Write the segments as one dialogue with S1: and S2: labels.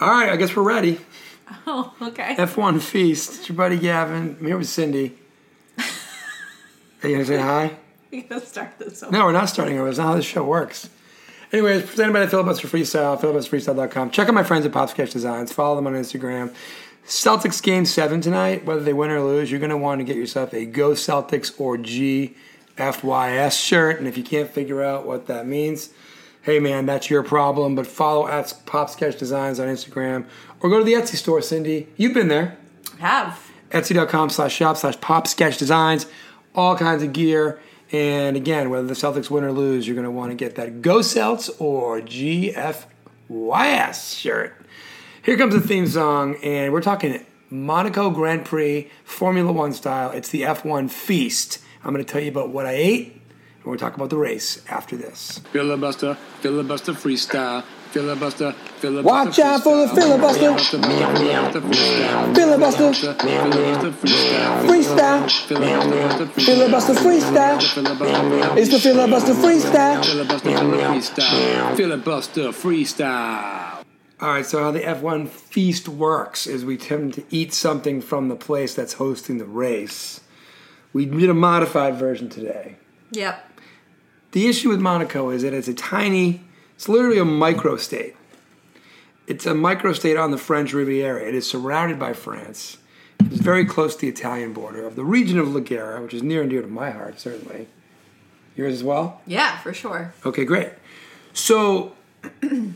S1: All right, I guess we're ready.
S2: Oh, okay.
S1: F1 Feast. It's your buddy Gavin. I'm here with Cindy. Are you going to say hi?
S2: We gotta start this over.
S1: No, we're not starting over. That's not how this show works. Anyway, it's presented by the Filibuster Freestyle, filibusterfreestyle.com. Check out my friends at Pop Sketch Designs. Follow them on Instagram. Celtics game seven tonight. Whether they win or lose, you're going to want to get yourself a Go Celtics or GFYS shirt. And if you can't figure out what that means, hey man, that's your problem. But follow at Pop Sketch Designs on Instagram or go to the Etsy store, Cindy. You've been there
S2: Have.
S1: etsy.com slash shop slash pop sketch designs all kinds of gear and again whether the celtics win or lose you're going to want to get that go celts or gfys shirt here comes the theme song and we're talking monaco grand prix formula one style it's the f1 feast i'm going to tell you about what i ate and we'll talk about the race after this
S3: Filibuster, filibuster freestyle. Filibuster, filibuster.
S1: Watch out for the filibuster.
S3: Filibuster, freestyle.
S1: Filibuster.
S3: Filibuster,
S1: Freestyle.
S3: freestyle. Filibuster, freestyle.
S1: Filibuster freestyle.
S3: Filibuster,
S1: It's the filibuster freestyle.
S3: filibuster, freestyle. Filibuster, freestyle.
S1: All right, so how the F1 feast works is we tend to eat something from the place that's hosting the race. We did a modified version today.
S2: Yep.
S1: The issue with Monaco is that it's a tiny, it's literally a microstate. It's a microstate on the French Riviera. It is surrounded by France. It's very close to the Italian border of the region of Liguria, which is near and dear to my heart, certainly. Yours as well?
S2: Yeah, for sure.
S1: Okay, great. So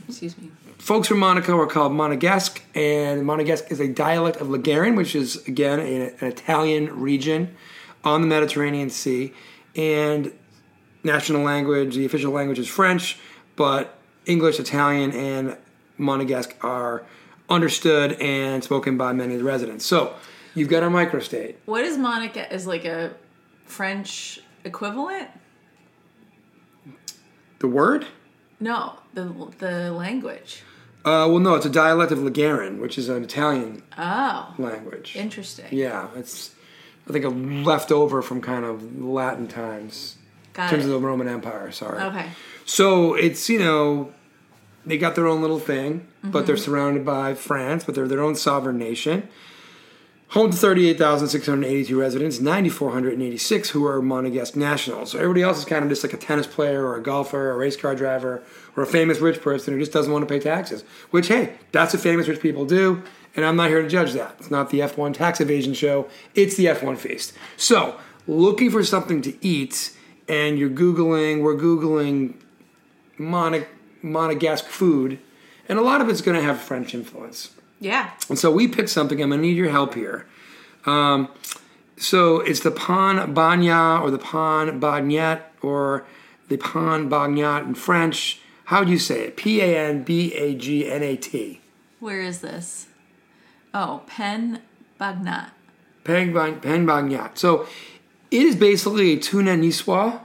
S2: Excuse me.
S1: folks from Monaco are called Monegasque, and Monegasque is a dialect of Ligurian, which is again an, an Italian region on the Mediterranean Sea. And national language, the official language is French, but English, Italian, and Monegasque are understood and spoken by many of the residents. So you've got a microstate.
S2: What is Monica? Is like a French equivalent?
S1: The word?
S2: No, the the language.
S1: Uh, well, no, it's a dialect of Ligurian, which is an Italian
S2: Oh,
S1: language.
S2: interesting.
S1: Yeah, it's I think a leftover from kind of Latin times.
S2: Got
S1: in terms
S2: it.
S1: of the Roman Empire, sorry.
S2: okay.
S1: So it's, you know, they got their own little thing, but they're surrounded by France, but they're their own sovereign nation. Home to 38,682 residents, 9,486 who are Monegasque nationals. So everybody else is kind of just like a tennis player or a golfer or a race car driver or a famous rich person who just doesn't want to pay taxes. Which, hey, that's what famous rich people do, and I'm not here to judge that. It's not the F1 tax evasion show, it's the F1 feast. So, looking for something to eat, and you're Googling, we're Googling Monig- Monegasque food, and a lot of it's going to have French influence.
S2: Yeah.
S1: And so we picked something. I'm going to need your help here. Um, so it's the pan bagna or the pan bagnat or the pan bagnat in French. How do you say it? P A N B A G N A T.
S2: Where is this? Oh, Pen Bagnat.
S1: Pan Bag- pan bagnat. So it is basically a tuna niçoise.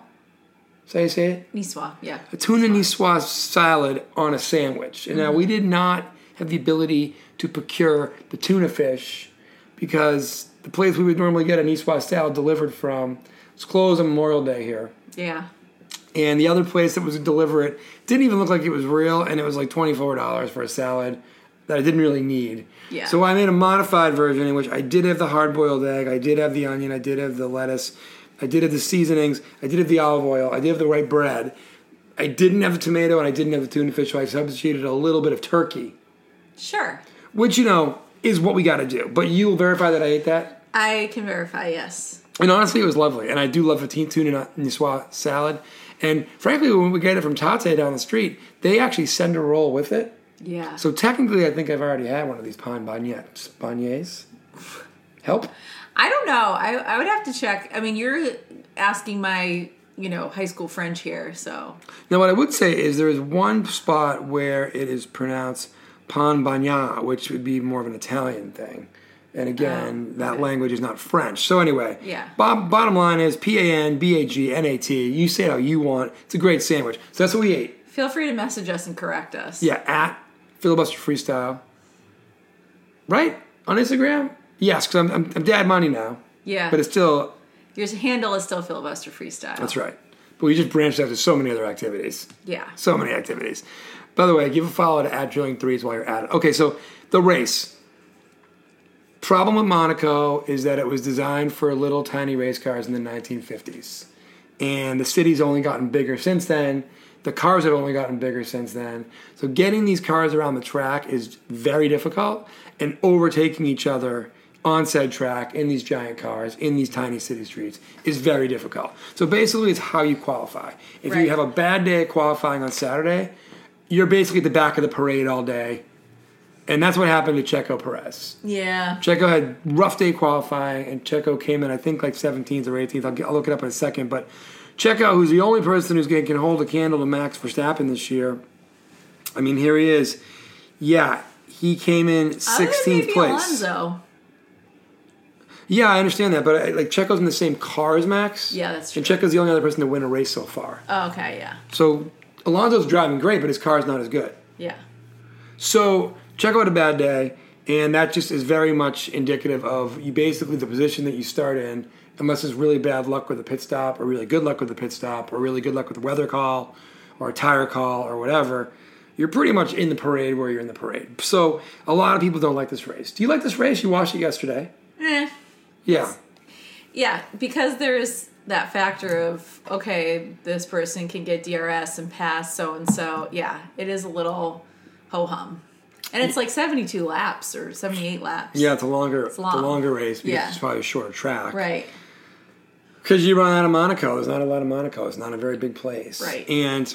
S1: Is that how you say it?
S2: Niswa. Yeah.
S1: a tuna niçoise salad on a sandwich. And now we did not have the ability to procure the tuna fish because the place we would normally get a niçoise salad delivered from was closed on Memorial Day here.
S2: Yeah.
S1: And the other place that was to deliver it didn't even look like it was real, and it was like twenty four dollars for a salad that I didn't really need.
S2: Yeah.
S1: So I made a modified version in which I did have the hard boiled egg, I did have the onion, I did have the lettuce, I did have the seasonings, I did have the olive oil, I did have the right bread. I didn't have the tomato and I didn't have the tuna fish, so I substituted a little bit of turkey,
S2: Sure.
S1: which you know is what we got to do. But you will verify that I ate that.
S2: I can verify. Yes.
S1: And honestly, it was lovely. And I do love a teen tuna niçoise salad. And frankly, when we get it from Tate down the street, they actually send a roll with it.
S2: Yeah.
S1: So technically, I think I've already had one of these pan beignets. Beignets? Help?
S2: I don't know. I, I would have to check. I mean, you're asking my, you know, high school French here, so
S1: Now, what I would say is there is one spot where it is pronounced pan bagna, which would be more of an Italian thing. And again, that language is not French. So anyway,
S2: Yeah.
S1: Bob, bottom line is P A N B A G N A T. You say it how you want. It's a great sandwich. So that's what we ate.
S2: feel free to message us and correct us.
S1: Yeah, at filibuster freestyle. Right on Instagram? Yes, because I'm, I'm, I'm dad money now,
S2: Yeah.
S1: but it's still
S2: Your handle is still filibuster freestyle.
S1: that's right. But we just branched out to so many other activities,
S2: Yeah.
S1: so many activities. By the way, give a follow to at drilling threes while you're at it. Okay, so the race. Problem with Monaco is that it was designed for little tiny race cars in the 1950s. And the city's only gotten bigger since then. The cars have only gotten bigger since then. So getting these cars around the track is very difficult and overtaking each other on said track in these giant cars in these tiny city streets is very difficult. So basically it's how you qualify. If
S2: Right.
S1: you have a bad day at qualifying on Saturday, you're basically at the back of the parade all day. And that's what happened to Checo Perez.
S2: Yeah.
S1: Checo had rough day qualifying, and Checo came in, I think, like 17th or 18th. I'll, get, I'll look it up in a second. But Checo, who's the only person who's going can hold a candle to Max Verstappen this year, I mean, here he is. Yeah, he came in
S2: Other than
S1: 16th
S2: maybe
S1: place.
S2: Alonso.
S1: Yeah, I understand that, but I, like Checo's in the same car as Max.
S2: Yeah, that's
S1: And Checo's the only other person to win a race so far.
S2: Oh, okay. Yeah.
S1: So Alonso's driving great, but his car's not as good.
S2: Yeah.
S1: So check out a bad day, and that just is very much indicative of you basically the position that you start in, unless it's really bad luck with a pit stop, or really good luck with a pit stop, or really good luck with a weather call, or a tire call, or whatever. You're pretty much in the parade where you're in the parade. So a lot of people don't like this race. Do you like this race? You watched it yesterday.
S2: Eh.
S1: Yeah.
S2: Yeah, because there is that factor of okay, this person can get DRS and pass so and so. Yeah, it is a little ho hum, and it's like seventy-two laps or seventy-eight laps.
S1: Yeah, it's a longer, it's
S2: long.
S1: a longer race because
S2: Yeah.
S1: it's probably a shorter track.
S2: right.
S1: Because you run out of Monaco. There's not a lot of Monaco. It's not a very big place.
S2: Right.
S1: And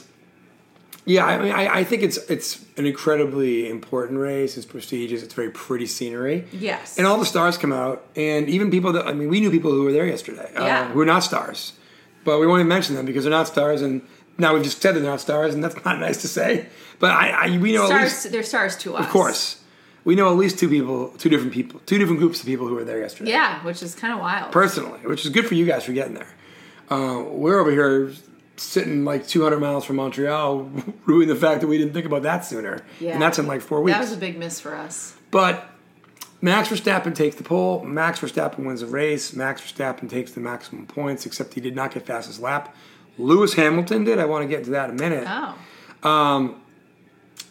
S1: yeah, I mean, I, I think it's it's an incredibly important race. It's prestigious. It's very pretty scenery.
S2: Yes.
S1: And all the stars come out, and even people that I mean, we knew people who were there yesterday
S2: Yeah.
S1: uh, who are not stars, but we won't even mention them because they're not stars. And now we've just said that they're not stars, and that's not nice to say. But I, I we know at
S2: stars,
S1: least,
S2: they're stars to us,
S1: of course, we know at least two people, two different people, two different groups of people who were there yesterday
S2: Yeah, which is kind of wild.
S1: personally, which is good for you guys for getting there. Uh, we're over here sitting like 200 miles from Montreal, ruining the fact that we didn't think about that sooner.
S2: Yeah.
S1: And that's in like four weeks.
S2: that was a big miss for us.
S1: but Max Verstappen takes the pole. Max Verstappen wins the race. Max Verstappen takes the maximum points, except he did not get fastest lap. Lewis Hamilton did. I want to get to that in a minute.
S2: Oh,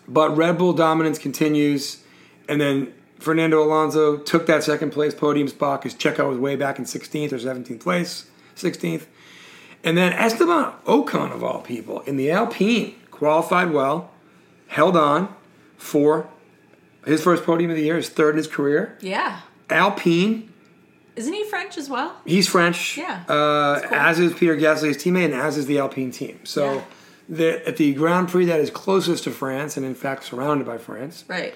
S1: But Red Bull dominance continues, and then Fernando Alonso took that second place podium spot because Checo was way back in 16th or 17th place, 16th. And then Esteban Ocon, of all people, in the Alpine, qualified well, held on for his first podium of the year, his third in his career.
S2: yeah.
S1: Alpine,
S2: Isn't he French as well?
S1: he's French,
S2: Yeah,
S1: uh,
S2: cool.
S1: as is Peter Gasly's teammate, and as is the Alpine team. So
S2: Yeah.
S1: the, at the Grand Prix that is closest to France, and in fact surrounded by France,
S2: Right.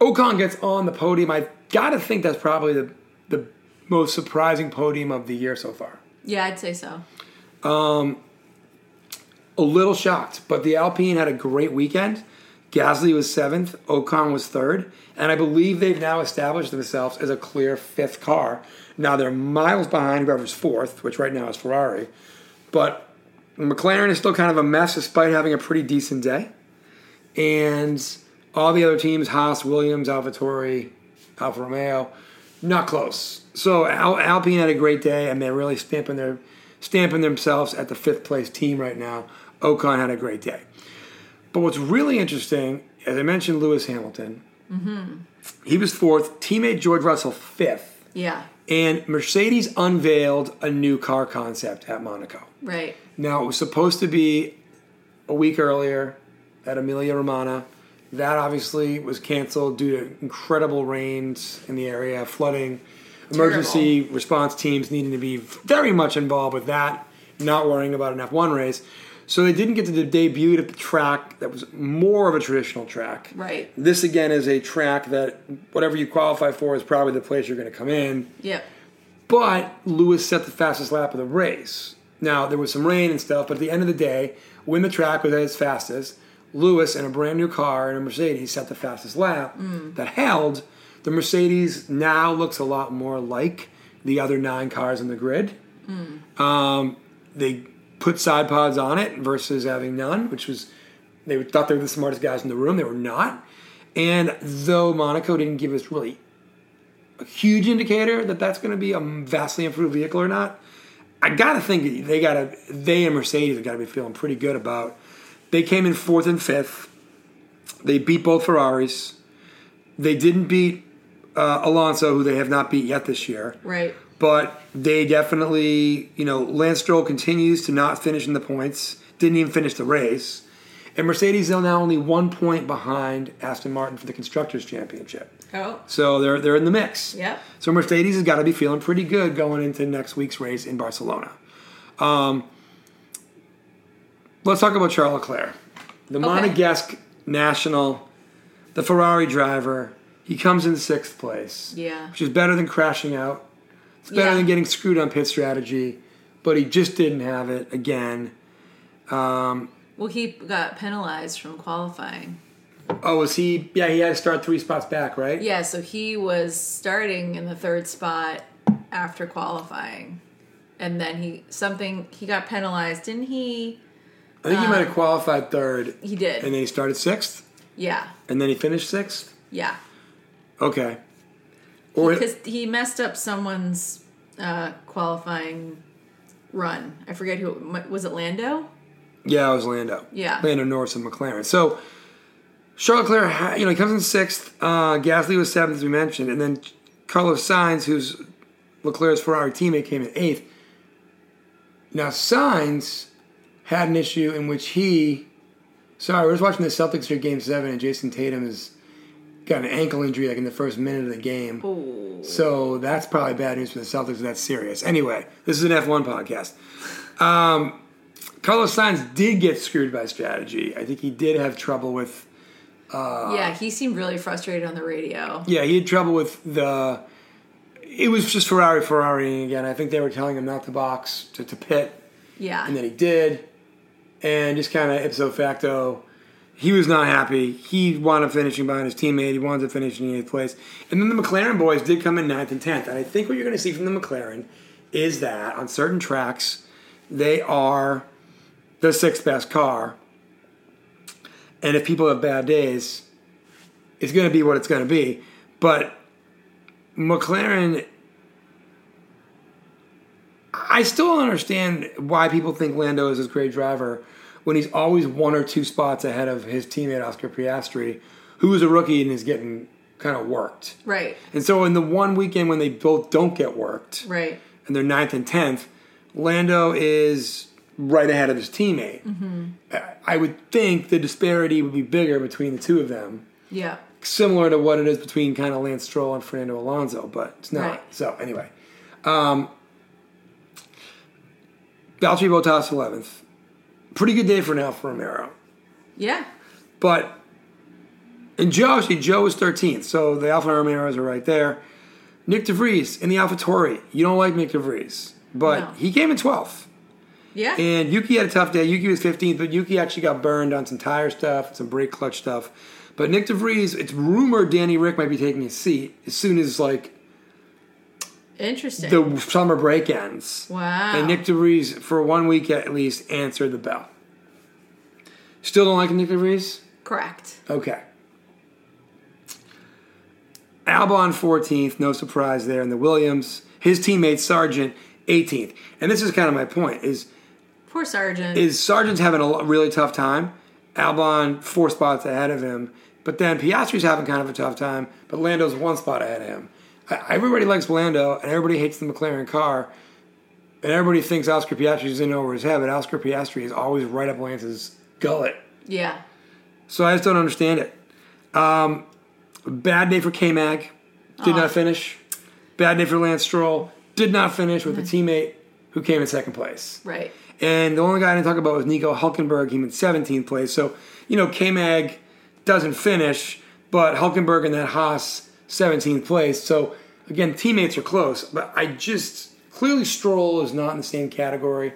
S1: Ocon gets on the podium. I gotta think that's probably the the most surprising podium of the year so far.
S2: Yeah, I'd say so.
S1: A little shocked, but the Alpine had a great weekend. Gasly was seventh, Ocon was third, and I believe they've now established themselves as a clear fifth car. Now they're miles behind whoever's fourth, which right now is Ferrari, but McLaren is still kind of a mess despite having a pretty decent day. And all the other teams, Haas, Williams, Alvatore, Alfa Romeo, not close. So Al- Alpine had a great day, and they're really stamping their stamping themselves at the fifth place team right now. Ocon had a great day, but what's really interesting, as I mentioned, Lewis Hamilton, he was fourth. Teammate George Russell fifth,
S2: Yeah.
S1: and Mercedes unveiled a new car concept at Monaco.
S2: Right.
S1: Now it was supposed to be a week earlier at Emilia Romana. That obviously was canceled due to incredible rains in the area, flooding, emergency response teams needing to be very much involved with that, not worrying about an F1 race. So they didn't get to the debut at the track that was more of a traditional track.
S2: Right.
S1: This again is a track that whatever you qualify for is probably the place you're going to come in.
S2: Yep.
S1: But Lewis set the fastest lap of the race. Now there was some rain and stuff, but at the end of the day, when the track was at its fastest, Lewis in a brand new car and a Mercedes set the fastest lap that held. The Mercedes now looks a lot more like the other nine cars in the grid. Um, they put side pods on it versus having none, which was they thought they were the smartest guys in the room. They were not. And though Monaco didn't give us really huge indicator that that's going to be a vastly improved vehicle or not. I gotta think they gotta they and Mercedes have got to be feeling pretty good about. They came in fourth and fifth. They beat both Ferraris. They didn't beat uh, Alonso, who they have not beat yet this year.
S2: Right.
S1: But they definitely, you know, Lance Stroll continues to not finish in the points. Didn't even finish the race. And Mercedes is now only one point behind Aston Martin for the Constructors' Championship.
S2: Oh.
S1: So they're they're in the mix.
S2: Yep.
S1: So Mercedes has got to be feeling pretty good going into next week's race in Barcelona. Um, let's talk about Charles Leclerc, the Monegasque national, the Ferrari driver. He comes in sixth place,
S2: Yeah.
S1: which is better than crashing out. It's better
S2: Yeah.
S1: than getting screwed on pit strategy, but he just didn't have it again.
S2: Well, he got penalized from qualifying.
S1: Oh, was he? Yeah, he had to start three spots back, right?
S2: Yeah, so he was starting in the third spot after qualifying. And then he something he got penalized, didn't he?
S1: I think he might have qualified third,
S2: He did.
S1: and then he started sixth,
S2: yeah.
S1: and then he finished sixth.
S2: Yeah.
S1: Okay. Or
S2: Because he messed up someone's uh, qualifying run. I forget who was it. Lando.
S1: yeah, it was Lando.
S2: Yeah.
S1: Lando Norris and McLaren. So Charles Leclerc, ha- you know, he comes in sixth. Uh, Gasly was seventh, as we mentioned, and then Carlos Sainz, who's Leclerc's Ferrari teammate, came in eighth. Now Sainz had an issue in which he, sorry, we're just watching the Celtics here, Game Seven, and Jason Tatum has got an ankle injury like in the first minute of the game. So that's probably bad news for the Celtics. if That's serious. Anyway, this is an F1 podcast. Um, Carlos Sainz did get screwed by strategy. I think he did have trouble with. Uh,
S2: yeah, he seemed really frustrated on the radio.
S1: Yeah, he had trouble with the. It was just Ferrari Ferrariing again. I think they were telling him not to box to, to pit,
S2: Yeah.
S1: and then he did, and just kind of ipso facto, he was not happy. He wound up finishing behind his teammate. He wound up finishing in eighth place, and then the McLaren boys did come in ninth and tenth. And I think what you're going to see from the McLaren is that on certain tracks, they are the sixth best car, and if people have bad days, it's going to be what it's going to be. But McLaren, I still don't understand why people think Lando is this great driver when he's always one or two spots ahead of his teammate Oscar Piastri, who is a rookie and is getting kind of worked.
S2: Right.
S1: And so in the one weekend when they both don't get worked
S2: Right.
S1: and they're ninth and tenth, Lando is right ahead of his teammate. I- I would think the disparity would be bigger between the two of them
S2: Yeah.
S1: similar to what it is between kind of Lance Stroll and Fernando Alonso, but it's not.
S2: Right.
S1: So anyway, um, Valtteri Bottas eleventh, pretty good day for an Alfa Romero,
S2: Yeah.
S1: but and Joe actually Joe was thirteenth, so the Alfa Romeros are right there. Nick DeVries in the Alfa Tori. You don't like Nick DeVries, but
S2: No.
S1: he came in twelfth.
S2: Yeah.
S1: And Yuki had a tough day. Yuki was 15th, but Yuki actually got burned on some tire stuff, some brake clutch stuff. But Nick DeVries, it's rumored Danny Rick might be taking his seat as soon as like
S2: Interesting.
S1: the summer break ends.
S2: wow.
S1: And Nick DeVries, for one week at least, answered the bell. Still don't like Nick DeVries?
S2: Correct.
S1: Okay. Albon 14th, no surprise there, and the Williams, his teammate Sargent 18th. And this is kind of my point is
S2: Poor sergeant.
S1: is Sargent's having a lo- really tough time. Albon four spots ahead of him, but then Piastri's having kind of a tough time. But Lando's one spot ahead of him. I- Everybody likes Lando, and everybody hates the McLaren car, and everybody thinks Oscar Piastri's in over his head. But Oscar Piastri is always right up Lance's gullet.
S2: yeah.
S1: So I just don't understand it. Um, bad day for K Mag. Did not finish. Bad day for Lance Stroll. Did not finish with a teammate who came in second place.
S2: Right.
S1: And the only guy I didn't talk about was Nico Hulkenberg. He in 17th place. So, you know, K Mag doesn't finish, but Hulkenberg and that Haas, 17th place. So, again, teammates are close. But I just clearly Stroll is not in the same category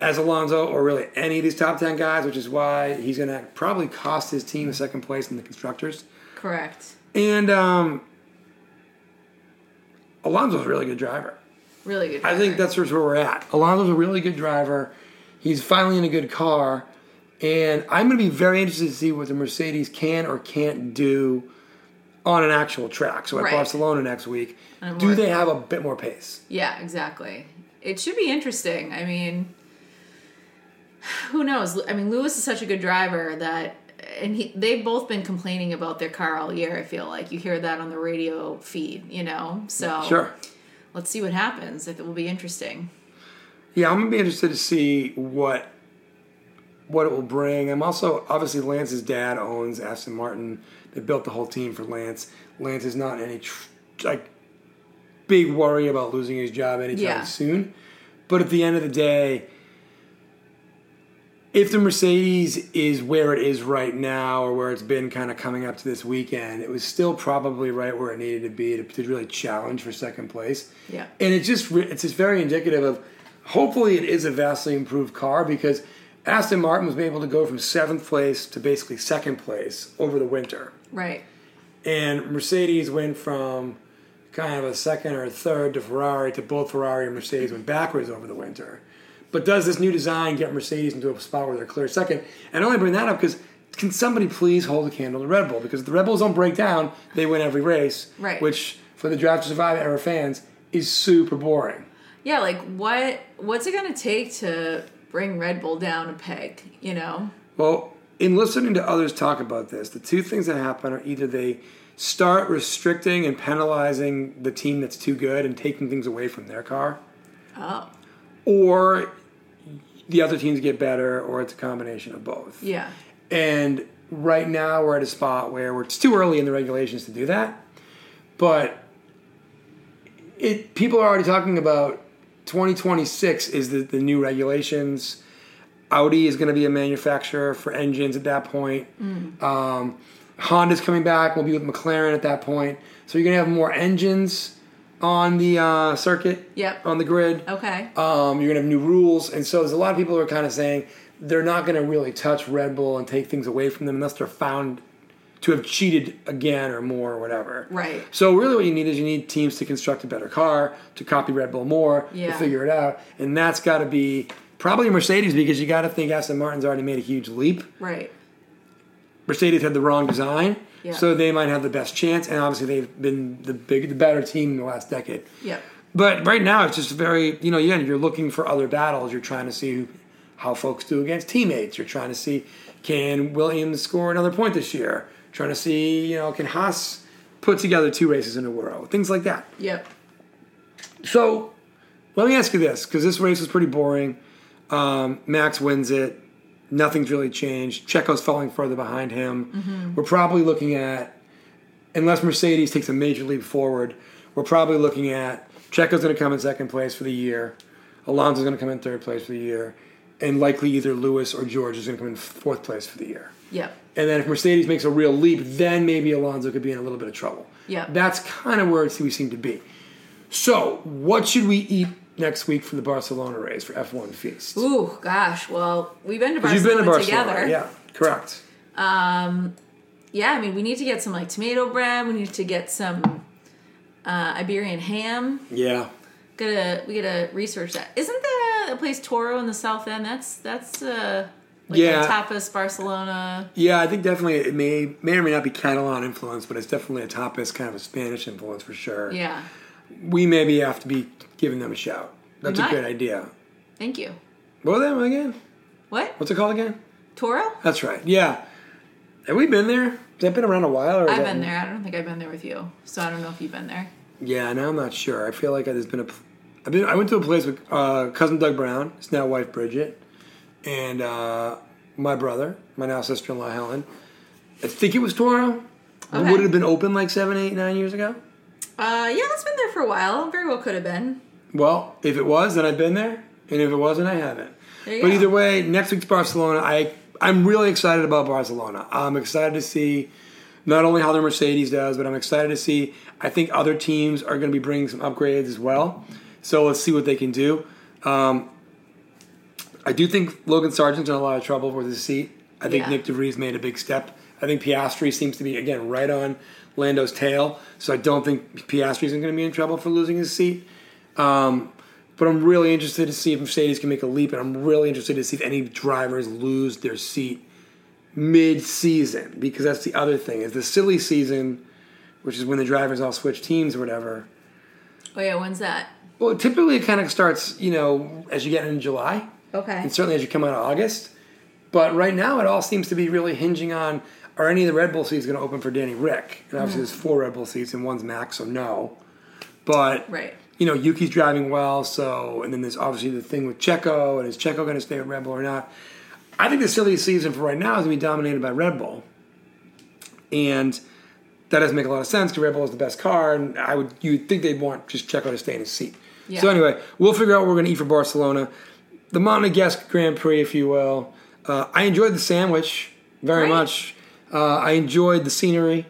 S1: as Alonso or really any of these top 10 guys, which is why he's going to probably cost his team a second place in the constructors.
S2: Correct.
S1: And um, Alonso's a really good driver.
S2: Really good.
S1: I think that's where we're at. Alonso's a really good driver. He's finally in a good car. And I'm going to be very interested to see what the Mercedes can or can't do on an actual track. So at
S2: Right.
S1: Barcelona next week,
S2: I'm
S1: do
S2: more-
S1: they have a bit more pace?
S2: Yeah, exactly. It should be interesting. I mean, who knows? I mean, Lewis is such a good driver that uh, and he, they've both been complaining about their car all year. I feel like you hear that on the radio feed, you know. So
S1: Sure.
S2: let's see what happens. If it will be interesting.
S1: Yeah, I'm gonna be interested to see what what it will bring. I'm also obviously Lance's dad owns Aston Martin. They built the whole team for Lance. Lance is not in any tr- like big worry about losing his job anytime
S2: Yeah.
S1: soon. But at the end of the day, if the Mercedes is where it is right now or where it's been kind of coming up to this weekend, it was still probably right where it needed to be to, to really challenge for second place
S2: Yeah.
S1: and it just re- it's just very indicative of hopefully it is a vastly improved car because Aston Martin was able to go from seventh place to basically second place over the winter,
S2: Right.
S1: and Mercedes went from kind of a second or third to Ferrari to both Ferrari and Mercedes went backwards over the winter. But does this new design get Mercedes into a spot where they're clear second? And I only bring that up because can somebody please hold a candle to Red Bull? Because if the Red Bulls don't break down, they win every race,
S2: Right.
S1: which for the Drive to Survive era fans is super boring.
S2: Yeah. Like what? What's it gonna take to bring Red Bull down a peg? You know.
S1: Well, in listening to others talk about this, the two things that happen are either they start restricting and penalizing the team that's too good and taking things away from their car,
S2: Oh.
S1: or the other teams get better, or it's a combination of both.
S2: Yeah.
S1: And right now we're at a spot where we're, it's too early in the regulations to do that, but it people are already talking about 2026 is the, the new regulations. Audi is going to be a manufacturer for engines at that point. Um, Honda's coming back. We'll be with McLaren at that point. So you're going to have more engines on the uh, circuit,
S2: Yep.
S1: on the grid.
S2: Okay.
S1: Um, you're gonna have new rules, and so there's a lot of people who are kind of saying they're not gonna really touch Red Bull and take things away from them unless they're found to have cheated again or more or whatever.
S2: Right.
S1: So really, what you need is you need teams to construct a better car, to copy Red Bull more, to
S2: Yeah.
S1: figure it out, and that's got to be probably Mercedes because you got to think Aston Martin's already made a huge leap.
S2: Right.
S1: Mercedes had the wrong design,
S2: Yeah.
S1: so they might have the best chance, and obviously they've been the big, the better team in the last decade.
S2: Yep.
S1: But right now, it's just very, you know, yeah, you're looking for other battles. You're trying to see who, how folks do against teammates. You're trying to see can Williams score another point this year? Trying to see, you know, can Haas put together two races in a row? Things like that.
S2: Yep.
S1: So let me ask you this because this race was pretty boring. Um, Max wins it. Nothing's really changed. Checo's falling further behind him. We're probably looking at, unless Mercedes takes a major leap forward, we're probably looking at Checo's going to come in second place for the year. Alonso's going to come in third place for the year. And likely either Lewis or George is going to come in fourth place for the year.
S2: Yep.
S1: And then if Mercedes makes a real leap, then maybe Alonso could be in a little bit of trouble.
S2: Yeah.
S1: That's kind of where we seem to be. So, what should we eat next week for the Barcelona race for F1 Feast?
S2: Ooh, gosh. Well, we've been to Barcelona,
S1: You've been to Barcelona.
S2: together.
S1: Yeah, correct.
S2: Yeah, I mean, we need to get some like tomato bread. We need to get some uh, Iberian ham.
S1: Yeah.
S2: Gotta we gotta research that. Isn't there a place Toro in the South End? That's that's uh, like
S1: Yeah.
S2: a tapas Barcelona.
S1: Yeah, I think definitely it may may or may not be Catalan influence, but it's definitely a tapas kind of a Spanish influence for sure.
S2: Yeah.
S1: We maybe have to be giving them a shout. That's a
S2: might.
S1: good idea.
S2: Thank you.
S1: What was that one again?
S2: What
S1: What's it called again?
S2: Toro?
S1: That's right. Yeah. Have we been there? Has that been around a while? Or is
S2: I've
S1: that-
S2: been there. I don't think I've been there with you, so I don't know if you've been there.
S1: Yeah, now I'm not sure. I feel like there's been a. I've been. I went to a place with uh, cousin Doug Brown, his now wife Bridget, and uh, my brother, my now sister-in-law Helen. I think it was Toro. It
S2: Okay.
S1: would have been open like seven, eight, nine years ago.
S2: Uh, yeah, that's been there for a while. Very well could have been.
S1: Well, if it was, then I've been there, and if it wasn't, I haven't.
S2: There you
S1: But
S2: go.
S1: either way, next week's Barcelona. I I'm really excited about Barcelona. I'm excited to see not only how the Mercedes does, but I'm excited to see. I think other teams are going to be bringing some upgrades as well. So let's see what they can do. Um, I do think Logan Sargent's in a lot of trouble with his seat. I think
S2: Yeah.
S1: Nick DeVries made a big step. I think Piastri seems to be again right on Lando's tail, so I don't think Piastri isn't going to be in trouble for losing his seat. Um, But I'm really interested to see if Mercedes can make a leap, and I'm really interested to see if any drivers lose their seat mid-season because that's the other thing is the silly season, which is when the drivers all switch teams or whatever.
S2: Oh yeah, when's that?
S1: Well, typically it kind of starts, you know, as you get into July,
S2: Okay.
S1: and certainly as you come out of August. But right now, it all seems to be really hinging on are any of the Red Bull seats going to open for Danny Rick? And
S2: Mm-hmm.
S1: obviously, there's four Red Bull seats and one's max, so no. But
S2: Right.
S1: you know, Yuki's driving well, so and then there's obviously the thing with Checo, and is Checo going to stay with Red Bull or not? I think the silliest season for right now is going to be dominated by Red Bull, and that doesn't make a lot of sense because Red Bull is the best car, and I would you would think they'd want just Checo to stay in his seat.
S2: Yeah.
S1: So anyway, we'll figure out what we're going to eat for Barcelona, the Monegasque Grand Prix, if you will. Uh, I enjoyed the sandwich very
S2: Great.
S1: much. Uh, I enjoyed the scenery.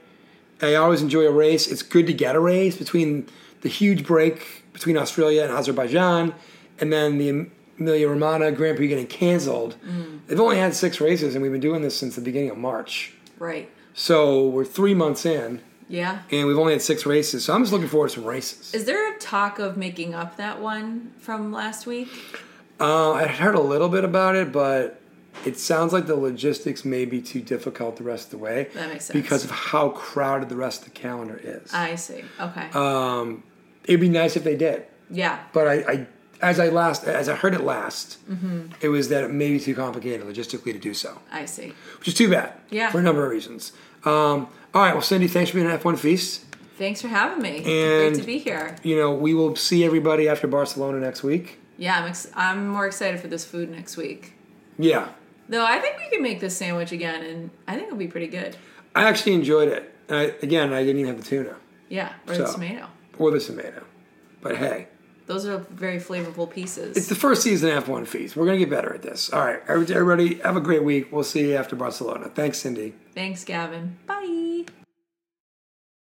S1: I always enjoy a race. It's good to get a race between the huge break between Australia and Azerbaijan, and then the Emilia Romagna Grand Prix getting canceled. They've only had six races, and we've been doing this since the beginning of March.
S2: Right.
S1: So we're three months in,
S2: Yeah.
S1: and we've only had six races. So I'm just looking forward to some races.
S2: Is there talk of making up that one from last week?
S1: Uh, I heard a little bit about it, but it sounds like the logistics may be too difficult the rest of the way.
S2: That makes sense.
S1: Because of how crowded the rest of the calendar is.
S2: I see. Okay.
S1: Uh, It'd be nice if they did.
S2: yeah.
S1: but I, I as I last as I heard it last,
S2: Mm-hmm.
S1: it was that it may be too complicated logistically to do so,
S2: I see.
S1: which is too bad.
S2: Yeah.
S1: for a number of reasons. Um, all right, well, Cindy, thanks for being at F one Feast.
S2: Thanks for having me.
S1: And-
S2: Great to be here.
S1: You know, we will see everybody after Barcelona next week.
S2: Yeah, I'm, ex- I'm more excited for this food next week.
S1: Yeah,
S2: Though I think we can make this sandwich again, and I think it'll be pretty good.
S1: I actually enjoyed it. And I, again, I didn't even have the tuna
S2: Yeah, or the
S1: So-
S2: tomato.
S1: or the tomato, but hey,
S2: Those are very flavorful pieces.
S1: it's the first season of F one Feast. We're gonna get better at this. All right, everybody, have a great week. We'll see you after Barcelona. Thanks, Cindy.
S2: Thanks, Gavin. Bye.